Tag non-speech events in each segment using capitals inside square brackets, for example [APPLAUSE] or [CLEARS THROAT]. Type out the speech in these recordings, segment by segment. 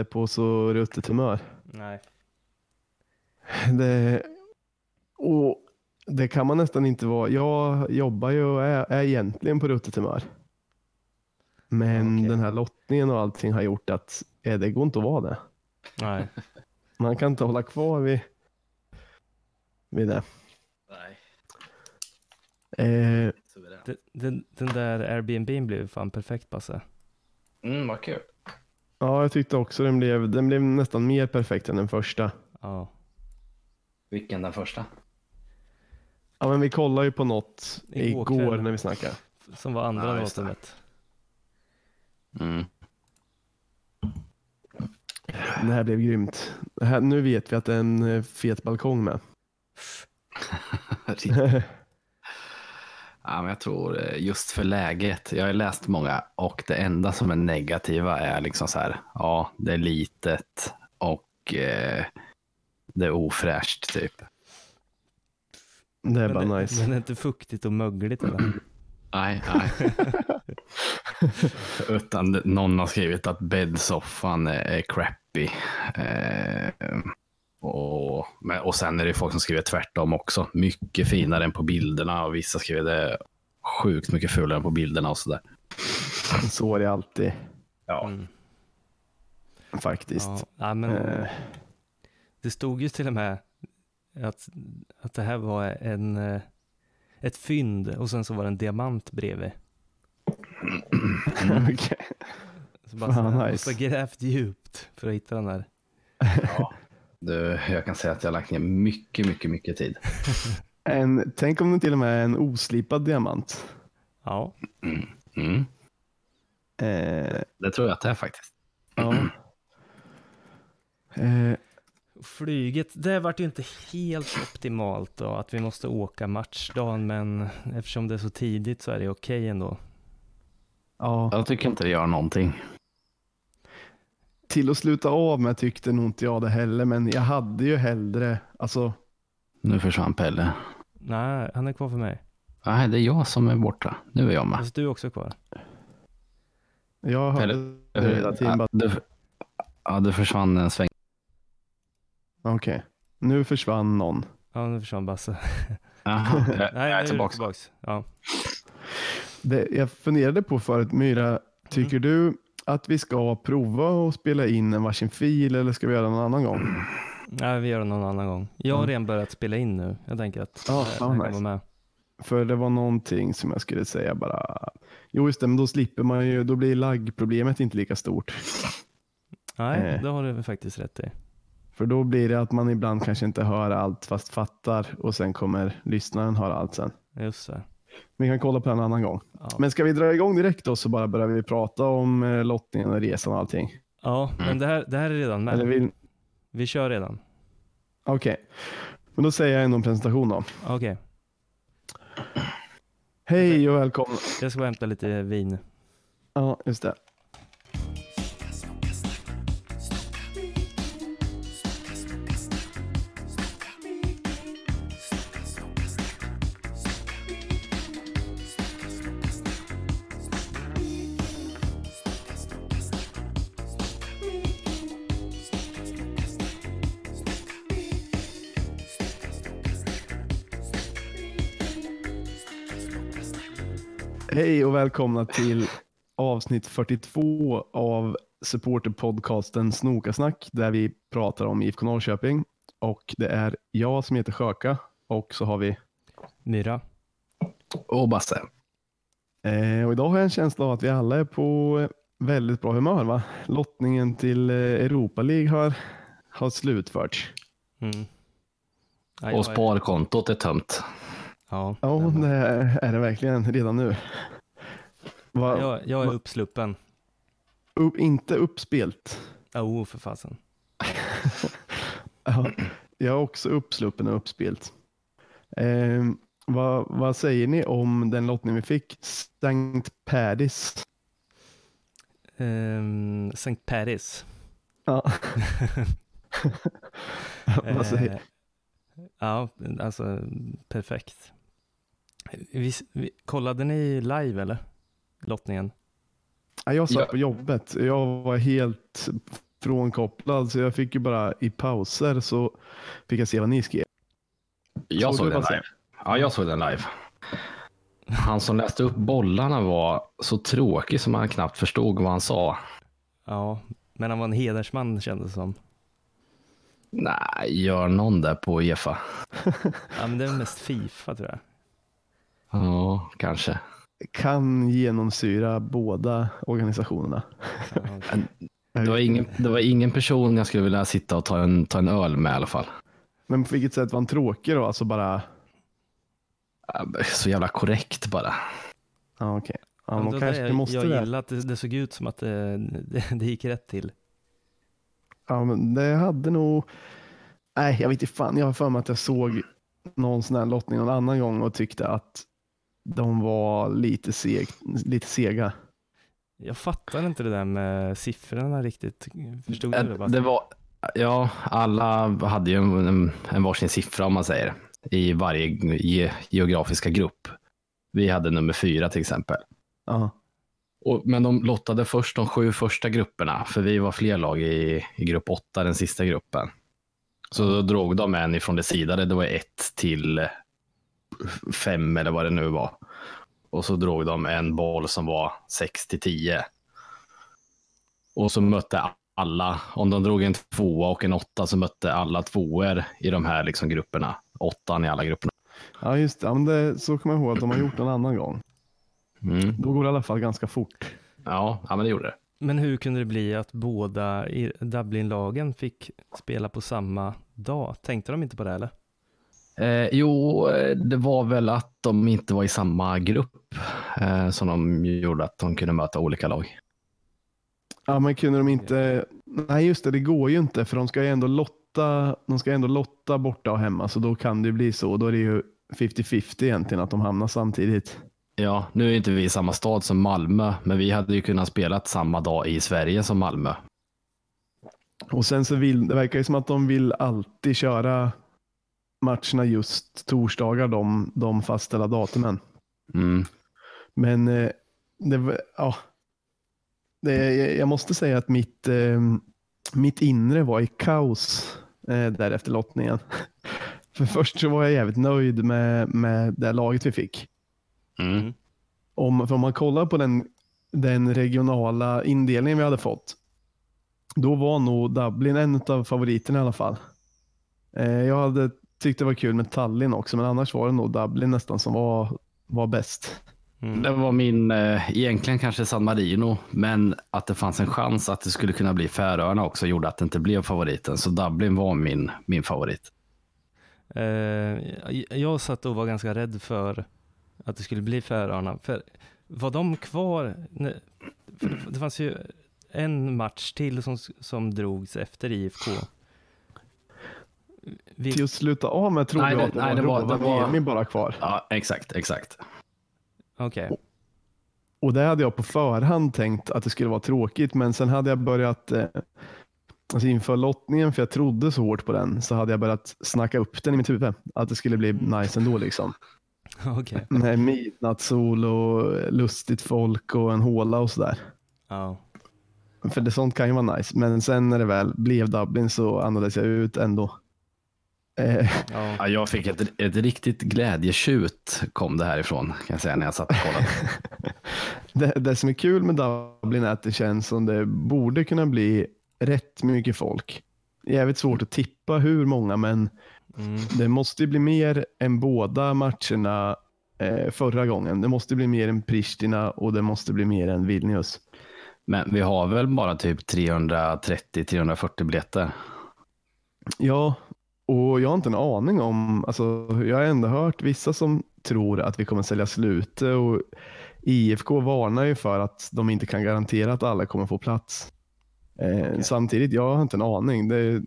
är på så ruttet humör. Nej. Det, och det kan man nästan inte vara. Jag jobbar ju och är, är egentligen på ruttet humör. Men Okej. den här lottningen och allting har gjort att eh, det går inte att vara det. [LAUGHS] Nej. Man kan inte hålla kvar vid, vid det. Nej, Eh, suveränt. Den, den, den där Airbnb blev fan perfekt Basse. Mm, vad kul. ja, jag tyckte också den blev, den blev nästan mer perfekt än den första. Ja. Vilken den första? Ja, men vi kollade ju på något Igår igår, kväll. när vi snackade. Som var andra Ja, just det. datumet. Mm. Det här blev grymt. Det här, nu vet vi att det är en eh, fet balkong med. [LAUGHS] ja, men jag tror eh, just för läget. Jag har ju läst många och det enda som är negativa är liksom så här. Ja, det är litet och eh, det är ofräscht typ. Det är Men bara det- nice. Men det är inte fuktigt och mögligt [CLEARS THROAT] eller? Nej, nej. [LAUGHS] Utan det- någon har skrivit att bäddsoffan är- är crappy. Eh, och, men, och sen är det folk som skriver tvärtom också. Mycket finare än på bilderna och vissa skriver det är sjukt mycket fulare än på bilderna och sådär. Så är det alltid Ja. Mm. faktiskt. Ja. ja, men Eh. det stod ju till och med att, att det här var en, eh, ett fynd och sen så var det en diamant bredvid. [LAUGHS] Okej. [LAUGHS] Så bara Fan, så här, nice. och så grävt djupt för att hitta den [LAUGHS] här. Du, jag kan säga att jag har lagt ner mycket, mycket, mycket tid. En, tänk om det till och med är en oslipad diamant. Ja, Mm. Eh, Det tror jag att det är faktiskt. ja. eh, flyget, det vart ju inte helt optimalt då att vi måste åka matchdagen men eftersom det är så tidigt så är det okej ändå. ja. Jag tycker inte det gör någonting. Till att sluta av med tyckte nog inte jag det heller, men jag hade ju hellre, alltså, Nu försvann Pelle. Nej, han är kvar för mig. Nej, det är jag som är borta. Nu är jag med. Fast du är också kvar. jag hörde Eller- det hela tiden. Ja, bara- du, ja, du försvann en sväng. Okej, nu försvann någon. Ja, nu försvann Basse. Jaha, Eh, jag, Nej, jag nu är tillbaka. tillbaks. Ja. Det, jag funderade på förut, Myra, tycker du att vi ska prova och spela in en varsin fil eller ska vi göra det någon annan gång? Nej, vi gör det någon annan gång. Jag har redan börjat spela in nu. Jag tänker att Mm. Ja, eh, fan han kan nice. vara med. För det var någonting som jag skulle säga bara. Jo just det, men då slipper man ju, då blir laggproblemet inte lika stort. Nej, Eh. det har du faktiskt rätt i. För då blir det att man ibland kanske inte hör allt fast fattar och sen kommer lyssnaren höra allt sen. Just det. Vi kan kolla på det en annan gång. Ja, Men ska vi dra igång direkt då så bara börjar vi prata om eh, lottningen och resan och allting? ja men det här, det här är redan med. Mm. Eller vill... Vi kör redan. Okej. Men då säger jag ändå en presentation då. Okej, Hej och välkomna. jag ska bara hämta lite vin. Ja, just det. Hej och välkomna till avsnitt 42 av supporterpodcasten Snokasnack där vi pratar om IFK Norrköping. Och det är jag som heter Sjöka och så har vi... Myra. Och Basse. Eh, och idag har jag en känsla av att vi alla är på eh, väldigt bra humör. Va? Lottningen till eh, Europa League har, har slutförts. Mm. Ja, jag Och är- sparkontot är tömt. Ja, Ja, det är det verkligen redan nu. Va, jag, jag är uppsluppen. upp, inte uppspelt. Ja, Oh, för fasen. Ja, jag är också uppsluppen och uppspelt. Eh, vad, vad säger ni om den lottning vi fick? Sankt Padis. Ehm, St. Paris. [LAUGHS] Ja. [LAUGHS] vad säger Eh, ja, alltså perfekt. Vi, vi, kollade ni live eller? Lottningen? Ja, Jag satt Ja. på jobbet. Jag var helt frånkopplad så jag fick ju bara i pauser så fick jag se vad ni skrev. Jag Såg såg du den passen? live. Ja, jag såg den live. Han som läste upp bollarna var så tråkig som han knappt förstod vad han sa. Ja, men han var en hedersman kändes det som. Nej, gör någon där på Uefa? Ja, men det är mest Fifa tror jag. Ja, kanske. Kan genomsyra båda organisationerna. [LAUGHS] Ja, Det var, ingen, det var ingen person jag skulle vilja sitta och ta en, ta en öl med i alla fall. Men på vilket sätt var han tråkig då? Alltså bara, Äh, Så jävla korrekt bara. ja okej. Ja, men man då- kanske det- måste jag det. gillar att det, det såg ut som att det, det, [LAUGHS] det gick rätt till. Ja, men det hade nog... Nej, jag vet inte fan. Jag har för mig att jag såg någon sån här lottning någon annan gång och tyckte att de var lite, seg, lite sega. Jag fattar inte det där med siffrorna riktigt. Förstod Eh, du det? Eh, Det, Bara? det var, ja, alla hade ju en, en, en varsin siffra om man säger. I varje ge, geografiska grupp. Vi hade nummer fyra till exempel. Ja, Och, men de lottade först de sju första grupperna, för vi var fler lag i, i grupp åtta, den sista gruppen. Så då drog de en ifrån det sidade, det var ett till fem eller vad det nu var. Och så drog de en boll som var sex till tio. Och så mötte alla, om de drog en tvåa och en åtta så mötte alla tvåor i de här liksom grupperna. Åttan i alla grupperna. ja just det. Ja, men det. Så kommer jag ihåg att de har gjort någon annan gång. Mm. Då går det i alla fall ganska fort. Ja, ja, men det gjorde det. Men hur kunde det bli att båda i- Dublin-lagen fick spela på samma dag? Tänkte de inte på det eller? Eh, jo, eh, det var väl att de inte var i samma grupp eh, som de gjorde att de kunde möta olika lag. Ja, men kunde de inte... Nej, just det. Det går ju inte för de ska ju ändå lotta, de ska ju ändå lotta borta och hemma så då kan det ju bli så. Då är det ju 50-50 egentligen att de hamnar samtidigt. Ja, nu är inte vi i samma stad som Malmö, men vi hade ju kunnat spela samma dag i Sverige som Malmö. Och sen så vill, det verkar ju som att de vill alltid köra matcherna just torsdagar, de, de fastställda datumen. Mm. Men eh, det, var- ja, det, jag måste säga att mitt, eh, mitt inre var i kaos eh, där efter lottningen. [LAUGHS] För först så var jag jävligt nöjd med, med det laget vi fick. Mm. Om, för om man kollar på den, den regionala indelningen vi hade fått, då var nog Dublin en av favoriterna i alla fall. Eh, jag hade tyckt det var kul med Tallinn också, men annars var det nog Dublin nästan som var, var bäst. Mm. Det var min, eh, egentligen kanske San Marino, men att det fanns en chans att det skulle kunna bli Färöarna också gjorde att det inte blev favoriten. Så Dublin var min, min favorit. Eh, jag satt och var ganska rädd för att det skulle bli Färöarna. För var de kvar? Nej, För det- det fanns ju en match till som, som drogs efter IFK. Vil- Till att sluta av med trodde Nej, jag det- att det, nej, det var var- det var- Rovaniemi bara kvar. Ja, exakt, exakt. Okej. [LAUGHS] Och det hade jag på förhand tänkt att det skulle vara tråkigt, men sen hade jag börjat eh, Alltså inför lottningen, för jag trodde så hårt på den, så hade jag börjat snacka upp den i mitt huvud. Att det skulle bli Mm. nice ändå. Liksom. Okej. med midnattssol och lustigt folk och en håla och sådär. Ja. För det, sånt kan ju vara nice. Men sen när det väl blev Dublin så andades jag ut ändå. Eh, Ja. Ja, jag fick ett, ett riktigt glädjetjut kom det härifrån, kan jag säga, när jag satt och kollade. det, det som är kul med Dublin är att det känns som det borde kunna bli rätt mycket folk. Jävligt svårt att tippa hur många, men Mm. det måste ju bli mer än båda matcherna eh, förra gången. Det måste bli mer än Pristina och det måste bli mer än Vilnius. Men vi har väl bara typ 330-340 biljetter. Ja, och jag har inte en aning om, alltså, jag har ändå hört vissa som tror att vi kommer sälja slut eh, och IFK varnar ju för att de inte kan garantera att alla kommer få plats. Eh, Samtidigt, jag har inte en aning. Det,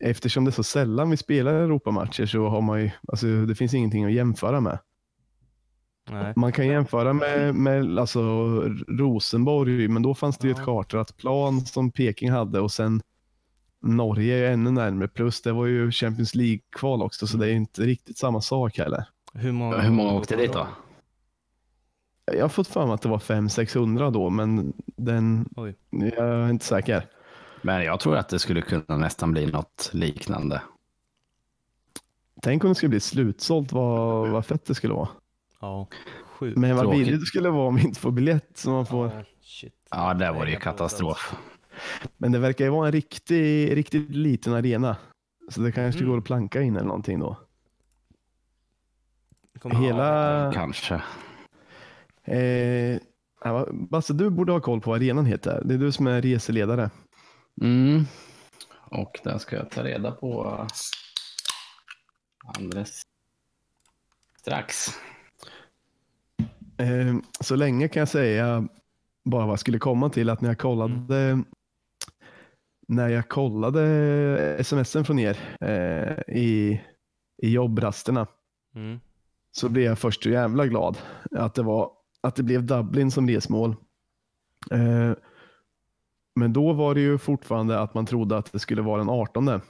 eftersom det är så sällan vi spelar Europamatcher så har man ju, alltså, det finns ingenting att jämföra med. Nej. Man kan jämföra med, med alltså, Rosenborg, men då fanns det ju Ja. ett chartrat plan som Peking hade och sen Norge är ännu närmare. Plus det var ju Champions League-kval också, så det är ju inte riktigt samma sak heller. Hur många, Hur många åkte dit då? Jag har fått för mig att det var 500-600 då, men den, Oj. jag är inte säker. Men jag tror att det skulle kunna nästan bli något liknande. Tänk om det skulle bli slutsålt, vad, vad fett det skulle vara. Ja, sjukt. Men vad Tråkigt. billigt det skulle vara om vi inte får biljett. Så man får... Ja, shit. Ja, där var det ju Pengar på katastrof. Men det verkar ju vara en riktig, riktigt liten arena. Så det kanske Mm. går att planka in eller någonting då. Kommer- Hela- Kanske. Eh, ja, va- Basse, du borde ha koll på vad arenan heter. Det är du som är reseledare. Mm. Och den ska jag ta reda på alldeles strax. Eh, så länge kan jag säga bara vad jag skulle komma till att när jag kollade när jag kollade smsen från er eh, i, i jobbrasterna Mm. så blev jag först så jävla glad att det, var, att det blev Dublin som resmål. Eh, men då var det ju fortfarande att man trodde att det skulle vara den 18. Mm.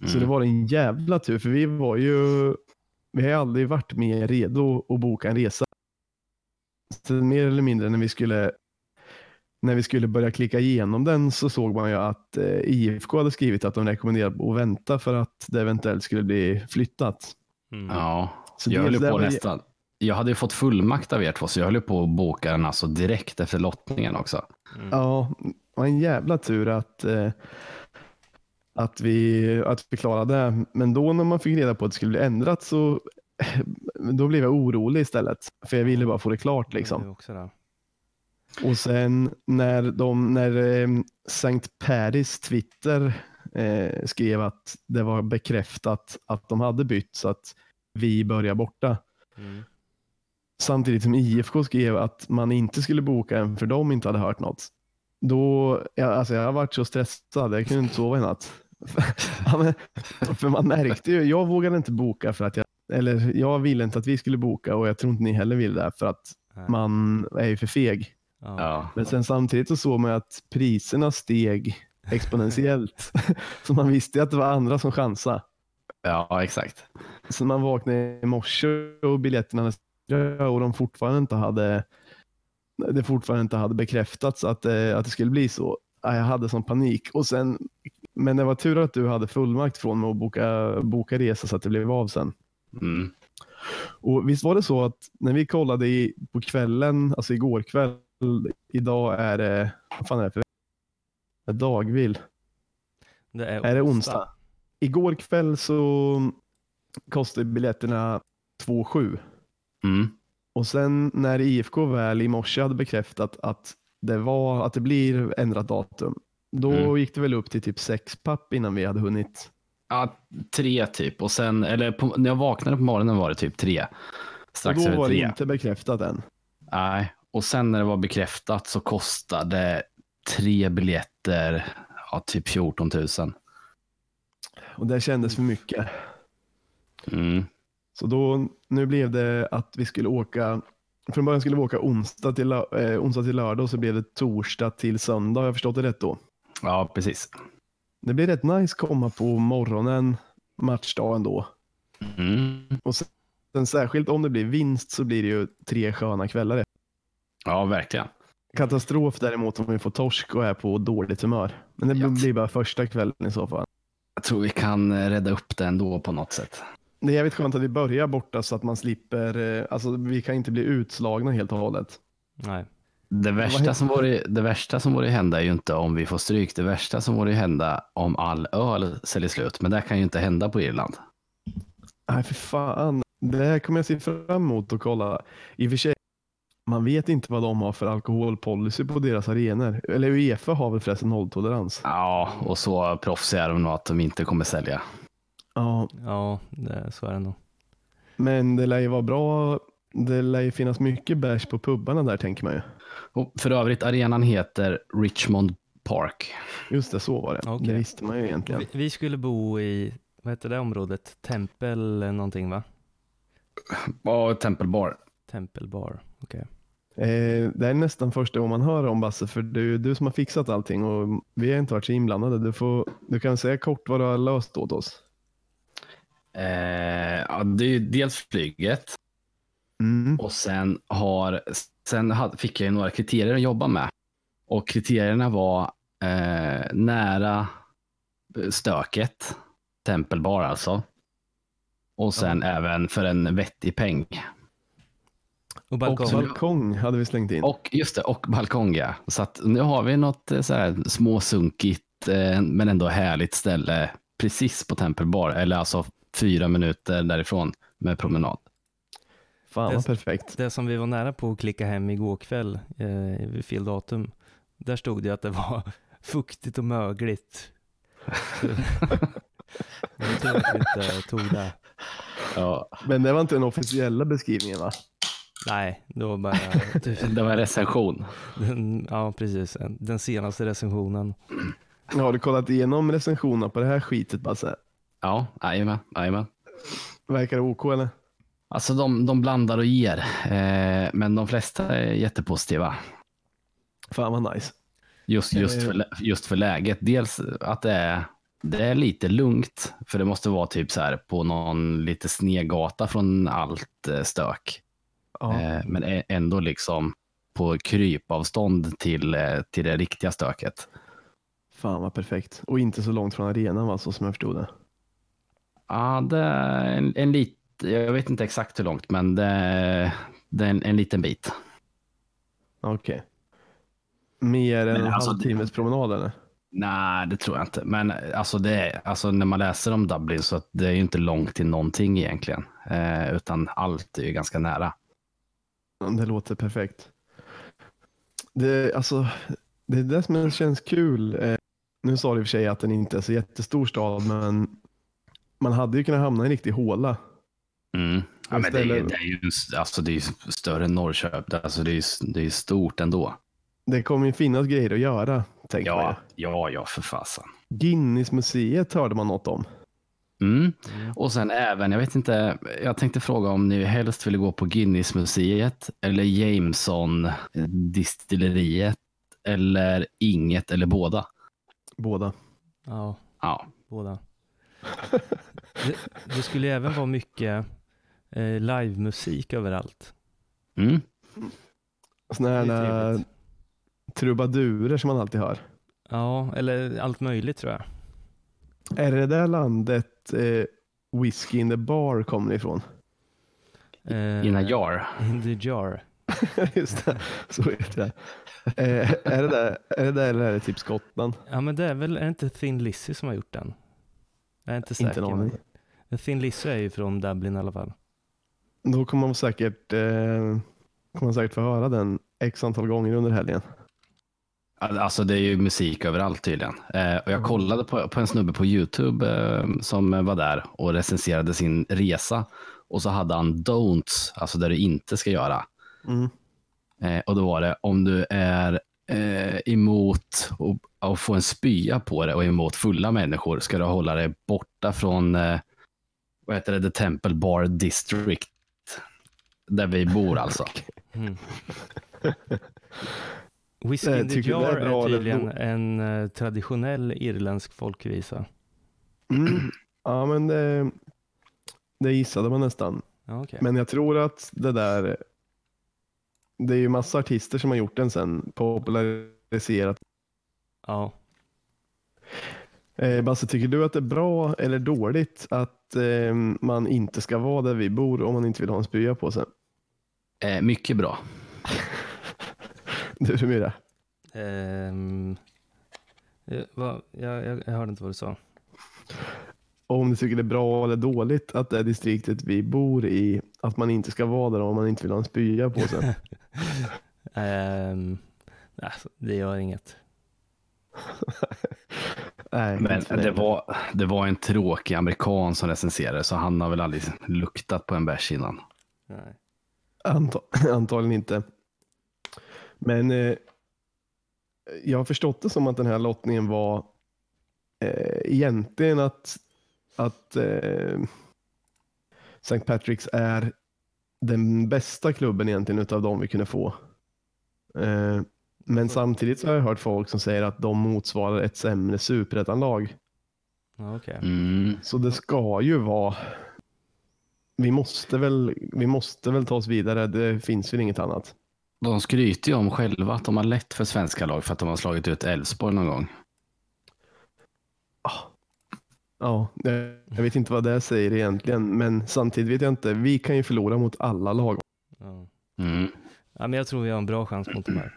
Så Mm. det var en jävla tur för vi var ju, vi har ju aldrig varit mer redo att boka en resa. Så mer eller mindre när vi skulle när vi skulle börja klicka igenom den så såg man ju att eh, IFK hade skrivit att de rekommenderade att vänta för att det eventuellt skulle bli flyttat. Mm. Ja, Så jag det- höll ju det på var- nästan. Jag hade ju fått fullmakt av er två, så jag höll ju på att boka den alltså direkt efter lottningen också. Mm. Ja, det var en jävla tur att, eh, att, vi, att vi klarade det. Men då när man fick reda på att det skulle bli ändrat så eh, då blev jag orolig istället. För jag ville bara få det klart liksom. Du också där. Och sen när, de, när eh, Sankt Peris Twitter eh, skrev att det var bekräftat att de hade bytt så att vi börjar borta. Mm. Samtidigt som IFK skrev att man inte skulle boka en för de inte hade hört något. Då, jag, alltså jag har varit så stressad, jag kunde inte sova i natt. [LAUGHS] Ja, men, för man märkte ju, jag vågade inte boka för att jag, eller jag ville inte att vi skulle boka och jag tror inte ni heller ville det för att Nej. man är ju för feg. Ja. Ja. Men sen samtidigt så såg man ju att priserna steg exponentiellt. [LAUGHS] så man visste ju att det var andra som chansade. ja, exakt. Så man vaknade i morse och biljetterna var dyra och de fortfarande inte hade det fortfarande inte hade bekräftats att, det- att det skulle bli så. Ja, Jag hade sån panik. Och sen, men det var tur att du hade fullmakt från mig att boka, boka resa så att det blev av sen. Mm. Och visst var det så att när vi kollade i, på kvällen, alltså igår kväll, idag är det, vad fan är det för vecka? Dagvill. Det är, Är det onsdag? Igår kväll så kostade biljetterna 2,7 Mm. och sen när IFK väl i morse hade bekräftat att det, var, att det blir ändrat datum, då Mm. gick det väl upp till typ 6 papp innan vi hade hunnit. Ja, tre typ. Och sen, eller på, när jag vaknade på morgonen var det typ tre. Strax och då över var det tre. inte bekräftat än. Nej. Och sen när det var bekräftat så kostade tre biljetter ja, typ 14 000. Och det kändes för mycket. Mm. Så då, nu blev det att vi skulle åka, från början skulle vi åka onsdag till, lö- eh, onsdag till lördag och så blev det torsdag till söndag, har jag förstått det rätt då? Ja, precis. Det blir rätt nice komma på morgonen, matchdagen då. Mm. Sen särskilt om det blir vinst så blir det ju tre sköna kvällar. Ja, verkligen. Katastrof däremot om vi får torsk och är på dåligt humör. Men det Ja. blir bara första kvällen i så fall. Jag tror vi kan eh, rädda upp det ändå på något sätt. Det är jävligt skönt att vi börjar borta så att man slipper, eh, alltså vi kan inte bli utslagna helt och hållet. Nej. Det värsta, heter- som vore, det värsta som vore hända är ju inte om vi får stryk. Det värsta som vore hända om all öl säljer slut. Men det kan ju inte hända på Irland. Nej, för fan. Det här kommer jag se fram emot att kolla. I och för sig, man vet inte vad de har för alkoholpolicy på deras arenor. Eller Uefa har väl förresten nolltolerans. Ja, och så proffsiga är de nog att de inte kommer sälja. Ja, Ja, det, så är det nog. men det lär ju vara bra. Det lär ju finnas mycket bärs på pubbarna där tänker man ju. Och för övrigt, arenan heter Richmond Park. Just det, så var det. Okej. Det visste man ju egentligen. Vi, vi skulle bo i, vad heter det området? Tempel någonting va? Och Tempelbar. Tempelbar. Okej. Eh, det är nästan första gången man hör om Basse, för det är ju du som har fixat allting och vi har inte varit så inblandade. Du, får, du kan säga kort vad du har löst åt oss. Eh, ja, det är ju dels flyget Mm. och sen, har, sen ha- fick jag ju några kriterier att jobba med. Och kriterierna var Eh, nära stöket, tempelbar alltså. Och sen även för en vettig peng. Och Och balkong. balkong hade vi slängt in. Och just det, och balkong ja. Så att nu har vi något eh, så här småsunkigt eh, men ändå härligt ställe precis på tempelbar, eller alltså fyra minuter därifrån med promenad. Fan vad perfekt. Det som vi var nära på att klicka hem igår kväll, eh, vid fel datum, där stod det ju att det var [LAUGHS] fuktigt och [LAUGHS] mögligt. Så, jag tror att vi inte tog det. Ja, Men det var inte den officiella beskrivningen va? Nej, det var bara typ, det var en recension. den, ja, precis, den senaste recensionen. Har du kollat igenom recensionerna på det här skitet Basse? Ja, jajamän, jajamän. Verkar det OK eller? Alltså de, de blandar och ger, eh, men de flesta är jättepositiva. Fan vad nice. Just, just, för, lä- just för läget. Dels att det är, det är lite lugnt, för det måste vara typ så här på någon lite snegata från allt eh, stök. Ja. Eh, Men ä- ändå liksom på krypavstånd till, eh, till det riktiga stöket. Fan vad perfekt. Och inte så långt från arenan va, så som jag förstod det. Ja, det är en, en lit, jag vet inte exakt hur långt, men det, är- det är en, en liten bit. Okej. Mer än Men en alltså, halvtimmes promenad eller? Nej, det tror jag inte. Men eh, alltså, det är, alltså när man läser om Dublin så att det är ju inte långt till någonting egentligen, eh, utan allt är ju ganska nära. Ja, Det låter perfekt. Det, alltså, det är det som känns kul. Eh, Nu sa du i och för sig att den inte är så jättestor stad, men man hade ju kunnat hamna i en riktig håla. Mm. Ja, Och men det, är, ju- ställer- det, är ju, alltså, det är ju större än Norrköping. Alltså, det, är ju, det är ju stort ändå. Det kommer ju finnas grejer att göra, tänker man Ja, ju. ja, ja, för fasen. Guinnessmuseet hörde man något om. Mm. Och sen även, jag vet inte, jag tänkte fråga om ni helst ville gå på Guinnessmuseet eller Jameson-distilleriet eller inget eller båda. Båda. Ja, Ja, båda. Det, det skulle ju även vara mycket eh, livemusik överallt. mm. Det är ju Sådana här eh, trevligt. trubadurer som man alltid hör. Ja, eller allt möjligt tror jag. Är det där landet eh, Whiskey in the bar kommer ifrån? [LAUGHS] Eh, in a jar. In the jar. Just det, så heter det. Eh, är, det där, är det där eller är det typ Skottland? Ja, men det är väl, är det inte Thin Lizzy som har gjort den? Jag är inte säker. Inte en aning. men- men Thin Lizzy är ju från Dublin i alla fall. Då kommer man säkert, eh, kommer man säkert få höra den x antal gånger under helgen. Alltså det är ju musik överallt tydligen. Eh, och jag kollade på, på en snubbe på YouTube eh, som var där och recenserade sin resa. Och så hade han don'ts, alltså det du inte ska göra. Mm. Eh, och då var det om du är eh, emot och- att få en spya på dig och emot fulla människor ska du hålla dig borta från eh, vad heter det, The Temple Bar District. Där vi bor alltså. [LAUGHS] Mm. Whiskey Eh, in the tycker du det är jar bra är eller tydligen då- en eh, traditionell irländsk folkvisa. Mm. [CLEARS THROAT] Ja, men det, det gissade man nästan. Ja, okej. Men jag tror att det där, det är ju massa artister som har gjort den sen, populariserat. Ja. Eh, Basse, tycker du att det är bra eller dåligt att eh, man inte ska vara där vi bor om man inte vill ha en spya på sig? [LAUGHS] Eh, mycket bra. Du Mira, Ehm, eh, vad- jag, jag, jag hörde inte vad du [LAUGHS] sa. om du tycker det är bra eller dåligt att det distriktet vi bor i, att man inte ska vara där om man inte vill ha en spya på sig. Ehm, alltså, det gör inget. Nej, Men inte för det dig. var, det var en tråkig amerikan som recenserade så han har väl aldrig luktat på en bärs innan. Nej. Anta- [LAUGHS] antagligen inte. Men eh, jag har förstått det som att den här lottningen var eh, egentligen att, att eh, St. Patrick's är den bästa klubben egentligen utav de vi kunde få. Eh, men Så. samtidigt så har jag hört folk som säger att de motsvarar ett sämre superettanlag. Ja, okej. Mm. Så det ska ju vara. Vi måste väl, vi måste väl ta oss vidare. Det finns väl inget annat. de skryter ju om själva att de har lätt för svenska lag för att de har slagit ut Elfsborg någon gång. Ja, det- jag vet inte vad det säger egentligen, men samtidigt vet jag inte. Vi kan ju förlora mot alla lag. Ja. Mm. ja, men jag tror vi har en bra chans mot de här.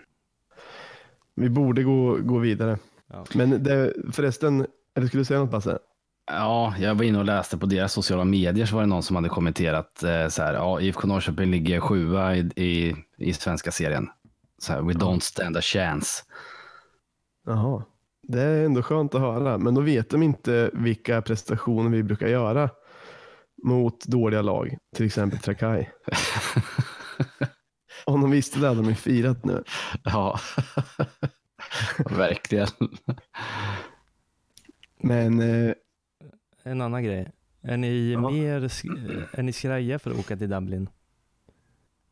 Vi borde gå, gå vidare. Ja. Men det, förresten, eller skulle du säga något Basse? Ja, jag var inne och läste på deras sociala medier så var det någon som hade kommenterat eh, så här, ja, IFK Norrköping ligger sjua i, i, i svenska serien. Så här, we don't stand a chance. Jaha. Det är ändå skönt att höra, men då vet de inte vilka prestationer vi brukar göra mot dåliga lag, till exempel [LAUGHS] Trakai. Om de visste det hade de ju firat nu. Ja, [LAUGHS] verkligen. Men eh, En annan grej. Är ni, Ja. mer, sk- eh, är ni skraja för att åka till Dublin?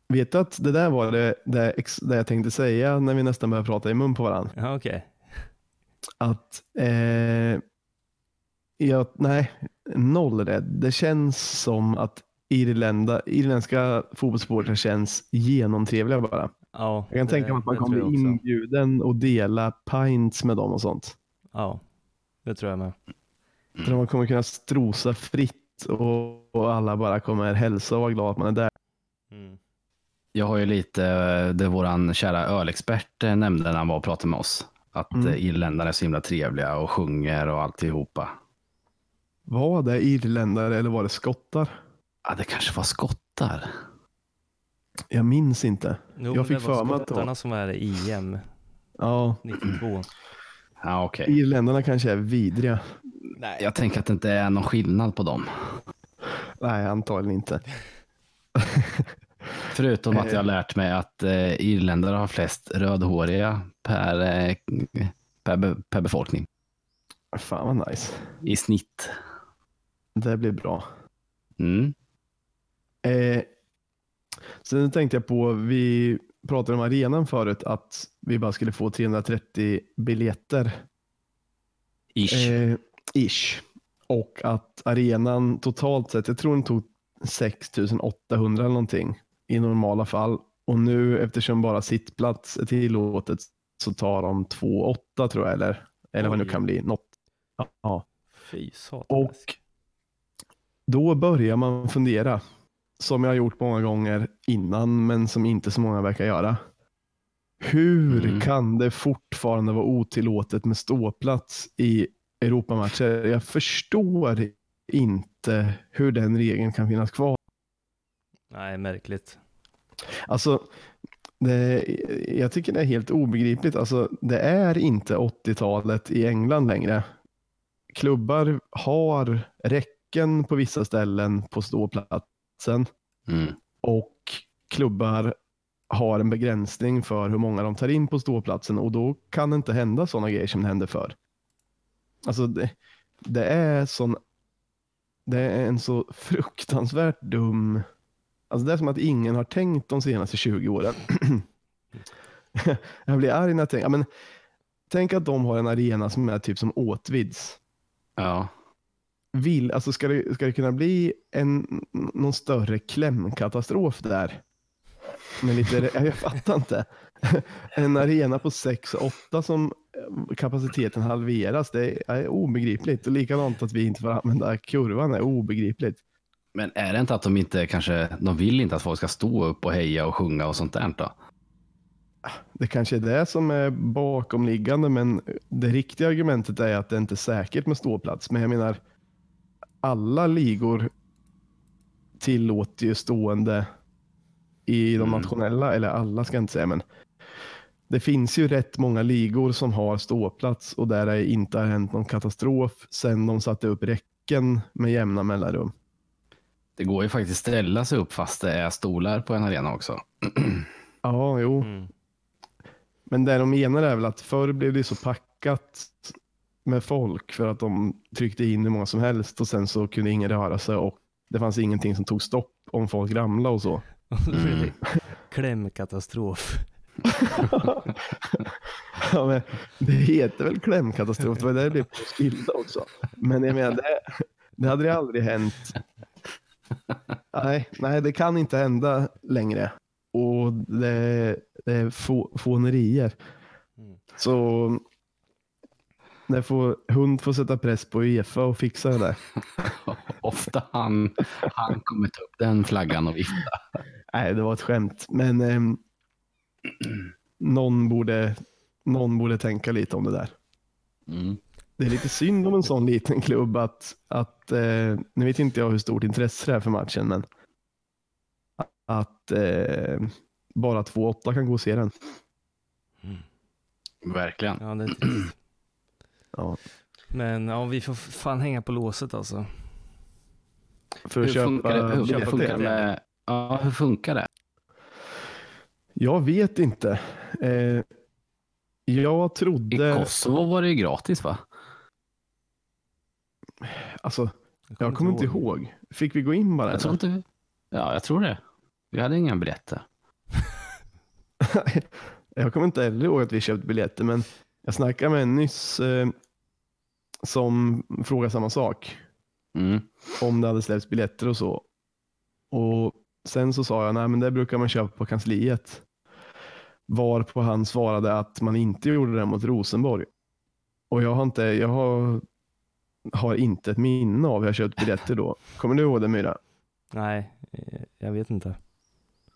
vet du att det där var det, det, ex- det jag tänkte säga när vi nästan började prata i mun på varandra? Ja, okej. Att eh, jag, nej, noll rädd. Det känns som att Irlanda, irländska fotbollssportare känns genomtrevliga bara. Ja, Jag kan det- tänka mig att man det kommer tror jag bli också. inbjuden och dela pints med dem och sånt. Ja, det tror jag med. Mm. För man kommer kunna strosa fritt och, och alla bara kommer hälsa och vara glada att man är där. Mm. Jag har ju lite, eh, det våran kära ölexpert eh, nämnde när han var och pratade med oss, att Mm. mm. irländarna är så himla trevliga och sjunger och alltihopa. Var det irländare eller var det skottar? Ja, det kanske var skottar. Jag minns inte. Jo, Jag fick det var för mig att det var- skottarna som var i E EM Ja, 92. Ja, okej. irländarna kanske är vidriga. Nej, Jag tänker att det inte är någon skillnad på dem. Nej, antagligen [LAUGHS] inte. Förutom att jag har lärt mig att eh, irländare har flest rödhåriga per, eh, per, be- per befolkning Fan vad nice. i snitt. Det blir bra. Mm. Eh, sen tänkte jag på, vi pratade om arenan förut, att vi bara skulle få 330 biljetter. Ish. Eh, ish. Och att arenan totalt sett, jag tror den tog 6800 eller någonting i normala fall. Och nu eftersom bara sittplats är tillåtet så tar de 28 tror jag eller, eller vad det nu Oj. kan bli. Något. Ja. Fy satan. Och då börjar man fundera. Som jag har gjort många gånger innan men som inte så många verkar göra. Hur Mm. kan det fortfarande vara otillåtet med ståplats i Europamatcher? Jag förstår inte hur den regeln kan finnas kvar. Nej, märkligt. Alltså, det, jag tycker det är helt obegripligt. Alltså, det är inte 80-talet i England längre. Klubbar har räcken på vissa ställen på ståplatsen Mm. och klubbar har en begränsning för hur många de tar in på ståplatsen och då kan det inte hända sådana grejer som det hände förr. Alltså det, det är sån det är en så fruktansvärt dum Alltså det är som att ingen har tänkt de senaste 20 åren. [CLEARS THROAT] jag blir arg när jag tänker, ja, men tänk att de har en arena som är typ som Åtvids Ja. vill, alltså ska det, ska det kunna bli en, någon större klämkatastrof där? Med lite, jag fattar inte. [LAUGHS] En arena på 6 och 8 som eh, kapaciteten halveras, det är obegripligt. Och likadant att vi inte får använda kurvan är obegripligt. Men är det inte att de inte kanske, de vill inte att folk ska stå upp och heja och sjunga och sånt där då? Det kanske är det som är bakomliggande, men det riktiga argumentet är att det inte är säkert med ståplats. Men jag menar, alla ligor tillåter ju stående i de Mm. nationella, eller alla ska jag inte säga, men det finns ju rätt många ligor som har ståplats och där det inte har hänt någon katastrof sen de satte upp räcken med jämna mellanrum. Det går ju faktiskt ställa sig upp fast det är stolar på en arena också. [CLEARS THROAT] Ja, jo. Mm. Men det de menar är väl att förr blev det så packat med folk för att de tryckte in hur många som helst och sen så kunde ingen röra sig och det fanns ingenting som tog stopp om folk ramlade och så. Och så blir det Mm. [LAUGHS] Klämkatastrof. [LAUGHS] Ja, men det heter väl klämkatastrof, det var där det blev på Skilda också. Men jag menar, det, det hade ju aldrig hänt. Nej, nej, det kan inte hända längre. och det är, det är få, fånerier. Mm. Så det får, hund får sätta press på Uefa och fixa det där. Ofta han, han kommer ta upp den flaggan och vifta. Nej, det var ett skämt. Men ehm, [CLEARS THROAT] någon, borde, någon borde tänka lite om det där. Mm. Det är lite synd om en sån liten klubb att, att eh, nu vet inte jag hur stort intresse det är för matchen, men att eh, bara två åtta kan gå och se den. Verkligen. Ja, det är trist. [CLEARS THROAT] Ja. Men ja, vi får fan hänga på låset alltså. För att hur, funkar det, köpa hur, hur biljetter. funkar det med... Ja, hur funkar det? Jag vet inte. Eh, jag I trodde, Kosovo var det ju gratis va? alltså, jag kommer inte ihåg. Fick vi gå in bara? Jag tror eller? inte vi... Ja, jag tror det. Vi hade inga biljetter. [LAUGHS] Jag kommer inte heller ihåg att vi köpt biljetter, men jag snackade med en nyss eh, som frågade samma sak. Mm. Om det hade släppts biljetter och så. Och Sen så sa jag, nej men det brukar man köpa på kansliet. Varpå han svarade att man inte gjorde det mot Rosenborg. Och jag har inte, jag har, har inte ett minne av hur jag köpt biljetter då. Kommer du ihåg det Myra? Nej, eh, jag vet inte.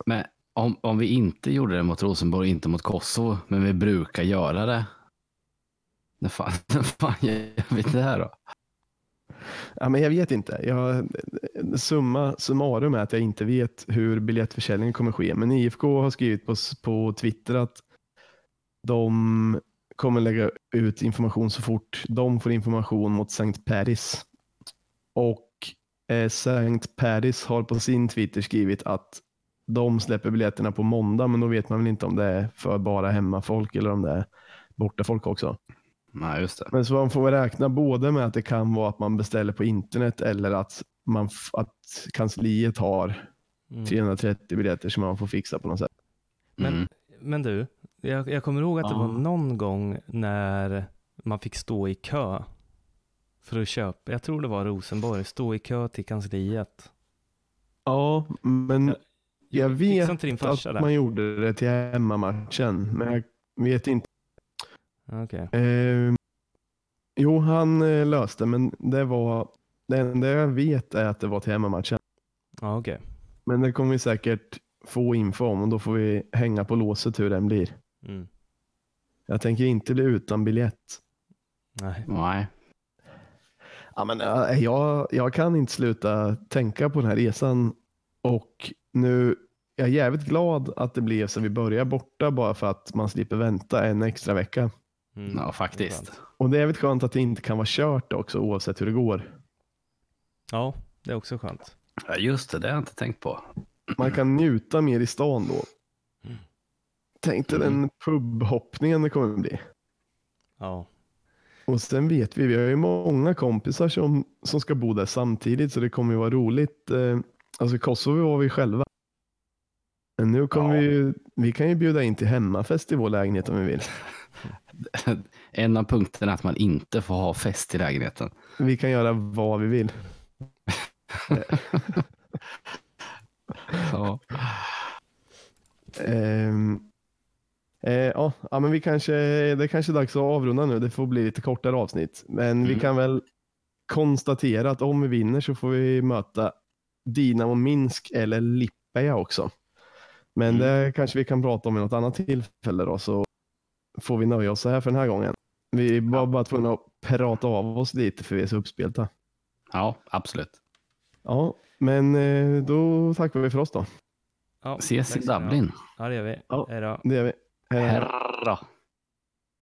Men om, om vi inte gjorde det mot Rosenborg, inte mot Kosovo, men vi brukar göra det. När fan, [LAUGHS] när fan gör vi det här då? Ja, men jag vet inte. Jag, summa summarum är att jag inte vet hur biljettförsäljningen kommer ske, men IFK har skrivit på, s- på Twitter att de kommer lägga ut information så fort de får information mot Sankt Paris. Och eh, Sankt Paris har på sin Twitter skrivit att de släpper biljetterna på måndag, men då vet man väl inte om det är för bara hemmafolk eller om det är bortafolk också. Nej, just det. Men så man får väl räkna både med att det kan vara att man beställer på internet eller att, man f- att kansliet har Mm. 330 biljetter som man får fixa på något sätt. Men- Mm. Men du, jag, jag kommer ihåg att det var Ja. någon gång när man fick stå i kö för att köpa, jag tror det var Rosenborg, stå i kö till kansliet. Ja, men jag vet Fixade inte din att farsa det? man gjorde det till hemmamatchen, men jag vet inte. Okej. Eh, jo, han eh, löste, men det var det enda jag vet är att det var till hemmamatchen. Ja, okej. Men det kommer vi säkert få info om och då får vi hänga på låset hur den blir. Mm. Jag tänker inte bli utan biljett. Nej. Nej. Ja, men, äh, jag, jag kan inte sluta tänka på den här resan. Och nu, jag är jävligt glad att det blev så vi börjar borta bara för att man slipper vänta en extra vecka. Mm. Ja, faktiskt. Och det är jävligt skönt att det inte kan vara kört också oavsett hur det går. Ja, det är också skönt. Ja, just det. Det har jag inte tänkt på. Man kan njuta mer i stan då. Mm. Tänk dig den pubhoppningen det kommer bli. Ja. Och sen vet vi, vi har ju många kompisar som, som ska bo där samtidigt så det kommer ju vara roligt. Eh, Alltså Kosovo var vi själva. Men nu kommer Ja. vi ju, vi kan ju bjuda in till hemmafest i vår lägenhet om vi vill. En av punkterna är att man inte får ha fest i lägenheten. Vi kan göra vad vi vill. Så. Ehm, eh, ja, ja, men vi kanske, det kanske är dags att avrunda nu. Det får bli lite kortare avsnitt. Men vi Mm. kan väl konstatera att om vi vinner så får vi möta Dinamo Minsk eller Lippeja också. Men Mm. det kanske vi kan prata om i något annat tillfälle då, så får vi nöja oss så här för den här gången. Vi var bara tvungna att prata av oss lite för vi är så uppspelta. Ja, absolut. Ja, men eh, då tackar vi för oss då. ja Ses i tack ska ni ha. Dublin. Ja, det gör vi. Ja. Hej då. Det gör vi. Hej då. Herra.